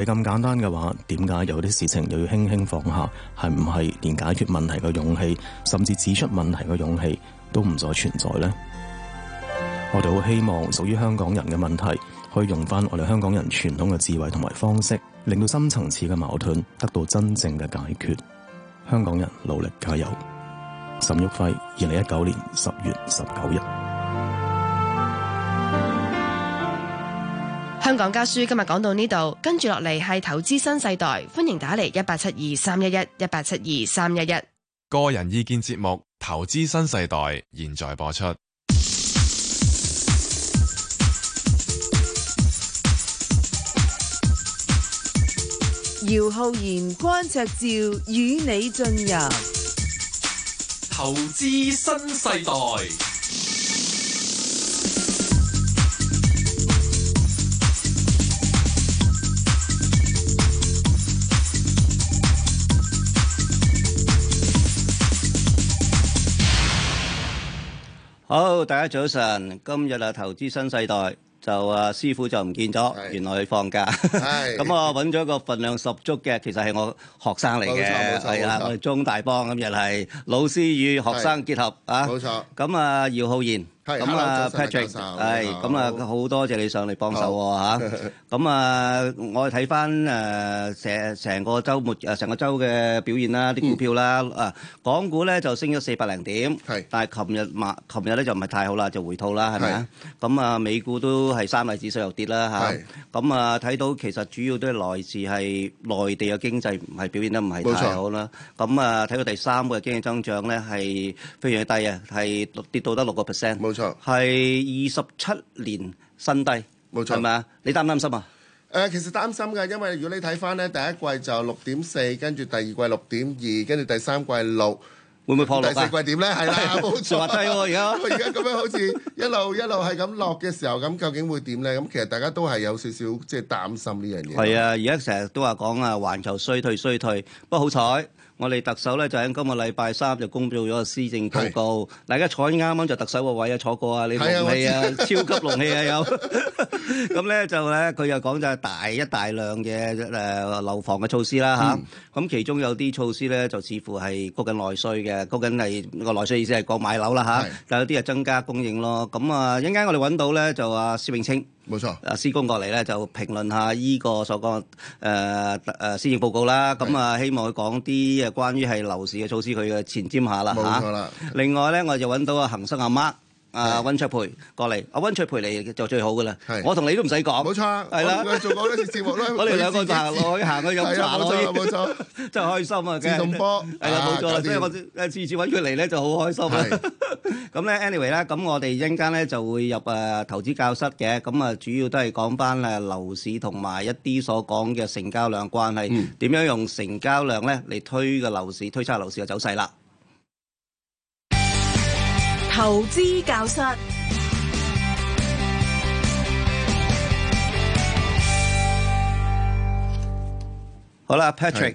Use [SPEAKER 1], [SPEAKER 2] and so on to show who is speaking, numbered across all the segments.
[SPEAKER 1] 你咁簡單嘅話，點解有啲事情又要輕輕放下？係唔係連解決問題嘅勇氣，甚至指出問題嘅勇氣都唔再存在呢？我哋好希望屬於香港人嘅問題，可以用翻我哋香港人傳統嘅智慧同埋方式，令到深層次嘅矛盾得到真正嘅解決。香港人努力加油！沈旭輝，二零一九年十月十九日。
[SPEAKER 2] 香港家書今日講到呢度，跟住落嚟係投資新世代，歡迎打嚟一八七二三一一一八七二三一一。
[SPEAKER 3] 個人意見節目《投資新世代》現在播出。
[SPEAKER 4] 姚浩然、關卓照與你進入
[SPEAKER 5] 投資新世代。
[SPEAKER 6] 好，大家早晨，今日啊投資新世代就啊師傅就唔見咗，原來佢放假，
[SPEAKER 7] 係
[SPEAKER 6] 咁我揾咗一個份量十足嘅，其實係我學生嚟
[SPEAKER 7] 冇錯
[SPEAKER 6] 嘅，
[SPEAKER 7] 冇錯
[SPEAKER 6] 係
[SPEAKER 7] 冇
[SPEAKER 6] 啊，
[SPEAKER 7] 錯
[SPEAKER 6] 我哋中大幫今日係老師與學生結合啊，
[SPEAKER 7] 冇錯。
[SPEAKER 6] 咁啊姚浩然，咁啊
[SPEAKER 7] hello，早晨啊
[SPEAKER 6] Patrick，
[SPEAKER 7] 教授
[SPEAKER 6] 係
[SPEAKER 7] 你好
[SPEAKER 6] 咁啊好多謝你上嚟幫手 喎嚇。咁啊，我哋睇翻誒成成個週末誒成個週嘅表現啦，啲股票啦，啊，港股咧就升咗四百零點，
[SPEAKER 7] 係
[SPEAKER 6] 但係琴日嘛，琴日咧就唔係太好啦，就回吐啦，係咪啊？咁啊，美股都係三大指數又跌啦
[SPEAKER 7] 係
[SPEAKER 6] 嚇。咁啊，睇到其實主要都係來自係內地嘅經濟唔係表現得唔係
[SPEAKER 7] 冇錯
[SPEAKER 6] 太好啦。咁啊，睇到第三個嘅經濟增長咧係非常低啊，係跌到得六個 percent，
[SPEAKER 7] 冇錯
[SPEAKER 6] 係二十七年新低，
[SPEAKER 7] 冇錯
[SPEAKER 6] 係咪啊？你擔唔擔心啊？
[SPEAKER 7] 誒、其實擔心嘅，因為如果你睇翻咧，第一季就六點四，跟住第二季六點二，跟住第三季六，
[SPEAKER 6] 會唔會破六
[SPEAKER 7] 第四
[SPEAKER 6] 啊？
[SPEAKER 7] 季點咧？係啦， 冇錯。
[SPEAKER 6] 就話低喎而家
[SPEAKER 7] 因為而家咁樣好似一路一路係咁落嘅時候，咁究竟會點咧？咁其實大家都係有少少即係擔心呢樣嘢。
[SPEAKER 6] 係啊，而家成日都話講啊，環球衰退衰退，不過好彩。我哋特首咧就喺今個禮拜三就公佈咗個施政報告，大家坐啱啱就特首個位啊，坐過啊，你
[SPEAKER 7] 係啊
[SPEAKER 6] 龍氣啊，超級龍氣啊有。 咁咧就咧佢又講就係大一大量嘅誒樓房嘅措施啦吓，咁其中有啲措施咧就似乎係谷緊內需嘅，谷緊係個內需意思係講買樓啦吓
[SPEAKER 7] 係，
[SPEAKER 6] 但有啲係增加供應咯。咁啊，一陣間我哋揾到咧就啊薛永清。
[SPEAKER 7] 冇錯，
[SPEAKER 6] 啊，施工過嚟咧就評論下依個所講誒誒施政報告啦，咁啊希望佢講啲誒關於係樓市嘅措施，佢嘅前瞻下啦
[SPEAKER 7] 冇錯
[SPEAKER 6] 嚇。
[SPEAKER 7] 啦。
[SPEAKER 6] 另外咧，我就揾到啊恒生阿媽啊
[SPEAKER 7] 係
[SPEAKER 6] 温卓培過嚟，阿温卓培嚟就最好噶啦
[SPEAKER 7] 係，
[SPEAKER 6] 我同你都唔使
[SPEAKER 7] 冇
[SPEAKER 6] 講，
[SPEAKER 7] 錯啊，
[SPEAKER 6] 係啦。
[SPEAKER 7] 我同佢做過好多次節目啦
[SPEAKER 6] 我哋兩個
[SPEAKER 7] 佢自己
[SPEAKER 6] 行落去 行去飲
[SPEAKER 7] 係
[SPEAKER 6] 茶
[SPEAKER 7] 啊
[SPEAKER 6] 落去
[SPEAKER 7] 冇錯 冇錯。
[SPEAKER 6] 真係開心啊！
[SPEAKER 7] 自動波
[SPEAKER 6] 係啦，
[SPEAKER 7] 啊
[SPEAKER 6] 冇錯啦，
[SPEAKER 7] 搞掂
[SPEAKER 6] 所以我誒次次揾佢嚟咧就好開心啊
[SPEAKER 7] 係！
[SPEAKER 6] 咁咧，anyway 啦，咁我哋一陣間咧就會入誒投資教室嘅，咁啊主要都係講翻誒樓市同埋一啲所講嘅成交量關係，點樣用成交量咧嚟推個樓市，推測樓市嘅走勢啦。
[SPEAKER 4] 投資教室。
[SPEAKER 6] 好啦，Patrick，
[SPEAKER 7] 係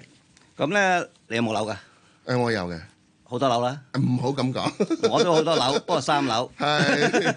[SPEAKER 6] 咁咧你有冇樓㗎？
[SPEAKER 7] 誒，我有嘅，
[SPEAKER 6] 好多樓啦，
[SPEAKER 7] 唔好咁講。
[SPEAKER 6] 我都好多樓，不過三樓。
[SPEAKER 7] 係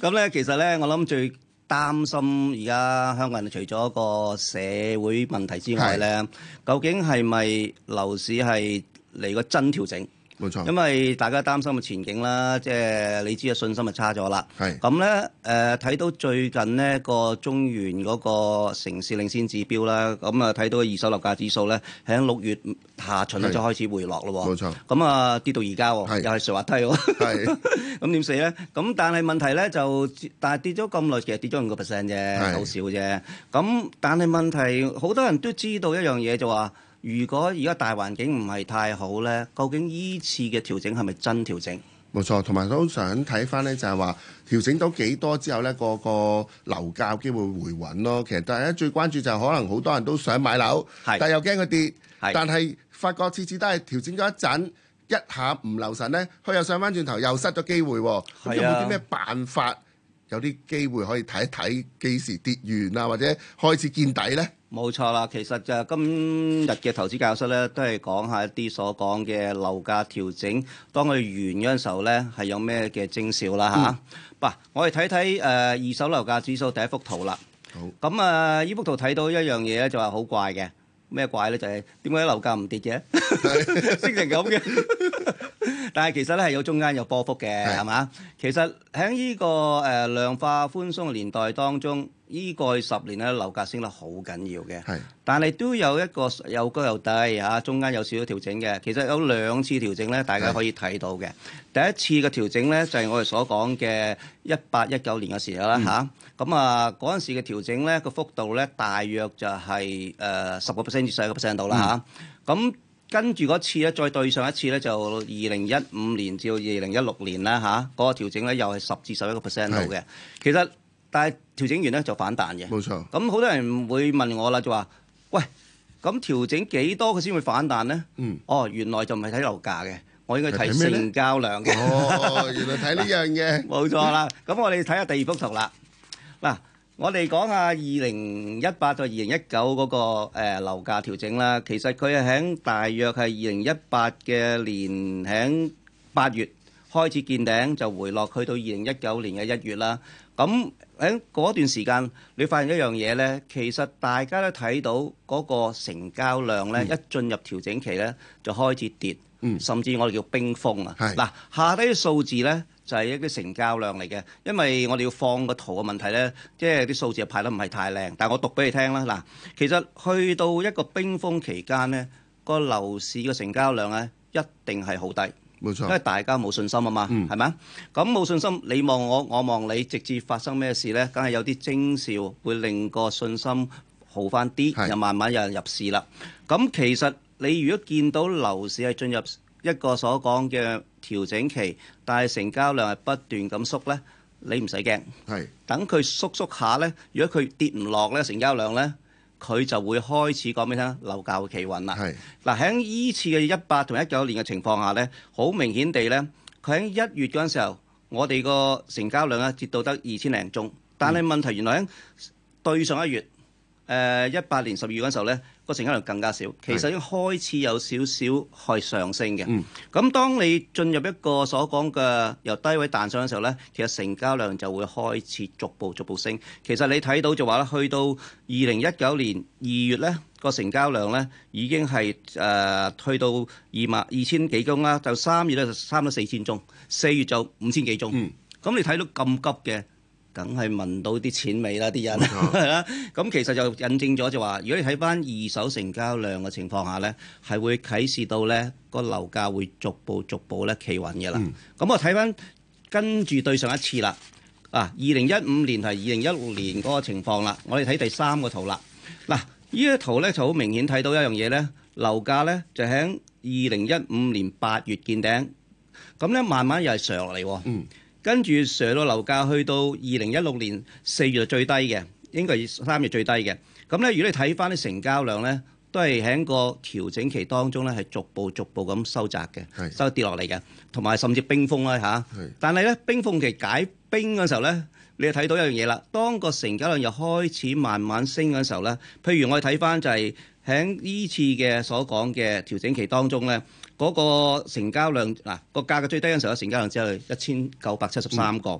[SPEAKER 6] 咁咧，其實咧，我諗最擔心而家香港人除咗個社會問題之外咧，究竟係咪樓市係嚟個真調整？
[SPEAKER 7] 冇錯，
[SPEAKER 6] 因為大家擔心嘅前景啦，即係你知嘅啊信心就差咗啦。
[SPEAKER 7] 係
[SPEAKER 6] 咁咧，誒睇到最近呢個中原嗰個城市領先指標啦，咁啊睇到二手樓價指數咧，喺六月下旬咧
[SPEAKER 7] 係
[SPEAKER 6] 就開始回落咯喎。
[SPEAKER 7] 冇錯
[SPEAKER 6] 咁啊跌到而家喎，
[SPEAKER 7] 係
[SPEAKER 6] 又係垂滑梯喎。
[SPEAKER 7] 係
[SPEAKER 6] 咁點死咧？咁但係問題咧就，但係跌咗咁耐，其實跌咗五個 percent 啫，
[SPEAKER 7] 係
[SPEAKER 6] 好少啫。咁但係問題，好多人都知道一樣嘢就話，如果而家大環境唔係太好咧，究竟依次嘅調整係咪真調整？
[SPEAKER 7] 冇錯，同埋都想睇翻呢，就係話調整到幾多之後呢，個個樓價有機會回穩咯。其實大家最關注就係可能好多人都想買樓，
[SPEAKER 6] 係
[SPEAKER 7] 但係又驚佢跌，
[SPEAKER 6] 係
[SPEAKER 7] 但係發覺次次都係調整咗一陣。一下唔留神呢，佢又上翻轉頭，又失咗機會喎。咁有
[SPEAKER 6] 係啊
[SPEAKER 7] 冇啲咩辦法，有啲機會可以睇一睇幾時跌完啊，或者開始見底呢？
[SPEAKER 6] 冇錯啦，其實就今日嘅投資教室咧，都係講下一啲所講嘅樓價調整，當佢完嗰陣時候咧，係呃有咩嘅徵兆啦吓，嗱、我哋睇睇誒二手樓價指數第一幅圖啦。
[SPEAKER 7] 好
[SPEAKER 6] 咁啊，依幅圖睇到一樣嘢咧，就係好怪嘅。咩怪咧？就係點解樓價唔跌嘅？ 升成咁嘅。但係其實咧係有中間有波幅嘅，
[SPEAKER 7] 係
[SPEAKER 6] 係嘛？其實喺呢個誒量化寬鬆嘅年代當中，依過去十年咧樓價升得好緊要嘅。
[SPEAKER 7] 係
[SPEAKER 6] 但係都有一個有高有低嚇、啊中間有少少調整嘅。其實有兩次調整咧，大家可以睇到嘅。第一次嘅調整咧，就係、我哋所講嘅一八一九年嘅時候啦吓，咁啊，嗰陣、時嘅調整咧，個幅度咧，大約就係誒十個 percent 至十一個 percent 度啦吓，咁、跟住嗰次咧，再對上一次咧，就二零一五年至到二零一六年啦吓，嗰、個調整咧又係十至十一個 percent 度嘅。其實但係調整完咧就反彈嘅。
[SPEAKER 7] 冇錯，
[SPEAKER 6] 咁好多人會問我啦，就話：喂，咁調整幾多佢先會反彈呢？
[SPEAKER 7] 嗯，
[SPEAKER 6] 哦，原來就唔係睇樓價嘅，我應該
[SPEAKER 7] 係
[SPEAKER 6] 睇
[SPEAKER 7] 睇咩呢
[SPEAKER 6] 成交量嘅。
[SPEAKER 7] 哦，原來睇呢樣 嘢，
[SPEAKER 6] 冇錯啦。咁我哋睇下第二幅圖啦。嗱，我哋講下二零一八到二零一九嗰個誒樓價調整啦。其實佢係喺大約係二零一八嘅年喺八月開始見頂，就回落去到二零一九年嘅一月啦。咁喺嗰段時間，你發現一樣嘢呢，其實大家都睇到嗰個成交量呢，一進入調整期呢，就開始跌，
[SPEAKER 7] 嗯
[SPEAKER 6] 甚至我哋叫冰封啊。
[SPEAKER 7] 係
[SPEAKER 6] 嗱。下低嘅數字咧就係、一啲成交量嚟嘅，因為我哋要放個圖嘅問題咧，即係啲數字排得唔係太靚，但係我讀俾你聽啦。嗱，其實去到一個冰封期間咧，個樓市嘅成交量咧一定係好低。
[SPEAKER 7] 冇
[SPEAKER 6] 因為
[SPEAKER 7] 錯，
[SPEAKER 6] 大家冇信心啊嘛，
[SPEAKER 7] 嗯
[SPEAKER 6] 係咪啊？咁冇信心，你望我，我望你，直至發生咩事呢？梗係有啲徵兆會令個信心好翻
[SPEAKER 7] 係
[SPEAKER 6] 啲，又慢慢有人入市啦。咁其實你如果見到樓市係進入一個所講嘅調整期，但係成交量係不斷咁縮呢，你唔使驚。
[SPEAKER 7] 係
[SPEAKER 6] 等佢縮縮下呢，如果佢跌唔落呢，成交量呢，佢就會開始講俾你聽，樓價會企穩啦。
[SPEAKER 7] 係
[SPEAKER 6] 嗱喺依次嘅一八同一九年嘅情況下咧，好明顯地咧，佢喺一月嗰陣時候，我哋個成交量咧啊跌到得二千零宗，但係問題原來喺對上一月，誒一八年十二月嗰陣時候咧，個成交量更加少，其實已經開始有少少係上升嘅。咁、當你進入一個所講嘅由低位彈上嘅時候咧，其實成交量就會開始逐步逐步升。其實你睇到就話咧，去到二零一九年二月咧。個成交量咧已經係誒、呃去到二萬二千幾宗啦，就三月咧就差唔多四千宗，四月就五千幾宗。咁、你睇到咁急嘅，梗係聞到啲錢味啦，啲人係 啦。咁其實就印證咗就話，如果你睇翻二手成交量嘅情況下咧，係會啟示到咧個樓價會逐步逐步咧企穩嘅啦。咁、我睇翻跟住對上一次啦。啊，二零一五年同二零一六年嗰個情況啦，我哋睇第三個圖啦。嗱，呢個圖咧就好明顯睇到一樣嘢咧，樓價咧就喺二零一五年八月見頂，咁咧慢慢又係上落嚟喎。嗯。跟住上到樓價去到二零一六年四月就最低嘅，應該係三月最低嘅。咁咧，如果你睇翻啲成交量咧，都係喺個調整期當中咧，係逐步逐步咁收窄嘅，
[SPEAKER 7] 係
[SPEAKER 6] 收跌落嚟嘅，同埋甚至冰封啦吓，
[SPEAKER 7] 係
[SPEAKER 6] 但係咧，冰封期解冰嗰時候咧，你就睇到一樣嘢啦。當個成交量又開始慢慢升嗰時候咧，譬如我哋睇翻就係喺呢次嘅所講嘅調整期當中咧，嗰、個成交量嗱個價格最低嗰時候咧，成交量只係一千九百七十三個。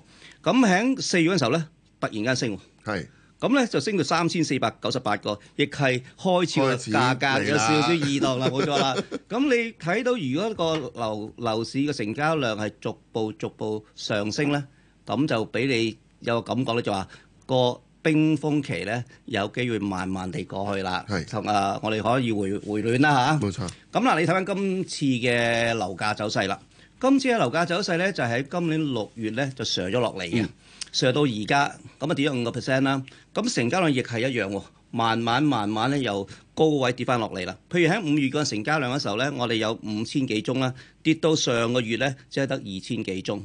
[SPEAKER 6] 咁喺四月嗰時候咧，突然間升喎。
[SPEAKER 7] 係
[SPEAKER 6] 咁咧就升到三千四百九十八個，亦係開始個
[SPEAKER 7] 開始
[SPEAKER 6] 價格
[SPEAKER 7] 嚟
[SPEAKER 6] 有
[SPEAKER 7] 啦
[SPEAKER 6] 少少異動啦， 冇錯啦。咁你睇到如果個樓樓市嘅成交量係逐步逐步上升咧，咁就俾你有個感覺咧，就話個冰封期咧有機會慢慢地過去啦。
[SPEAKER 7] 係
[SPEAKER 6] 同啊，我哋可以回回暖啦嚇。
[SPEAKER 7] 冇錯，
[SPEAKER 6] 咁嗱，你睇翻今次嘅樓價走勢啦。今次嘅樓價走勢咧，就喺今年六月咧就上咗落嚟
[SPEAKER 7] 嗯
[SPEAKER 6] 嘅，上到而家咁啊跌咗五個 percent 啦。咁成交量亦係一樣喎，慢慢慢慢咧由高位跌翻落嚟啦。譬如喺五月個成交量嘅時候咧，我哋有五千幾宗啦，跌到上個月咧只係得二千幾宗，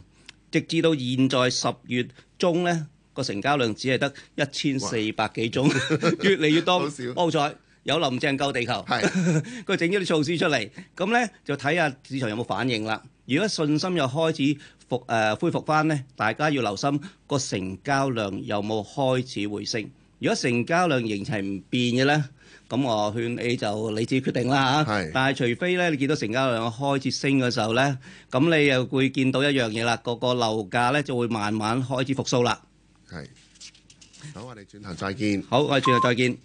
[SPEAKER 6] 直至到現在十月中咧個成交量只係得一千四百幾宗， 越嚟越多。
[SPEAKER 7] 好少
[SPEAKER 6] 好彩有林鄭救地球。
[SPEAKER 7] 係
[SPEAKER 6] 佢整咗啲措施出嚟，咁咧就睇下市場有冇反應啦。如果信心又開始復誒、呃恢復翻咧，大家要留心個成交量有冇開始回升。如果成交量仍然係唔變嘅咧，咁我勸你就你自己決定啦嚇
[SPEAKER 7] 係。
[SPEAKER 6] 但係除非咧，你見到成交量開始升嘅時候咧，咁你又會見到一樣嘢啦，個個樓價咧就會慢慢開始復甦啦。
[SPEAKER 7] 係。
[SPEAKER 8] 好，我哋轉頭再見。
[SPEAKER 7] 好，我哋轉頭再見。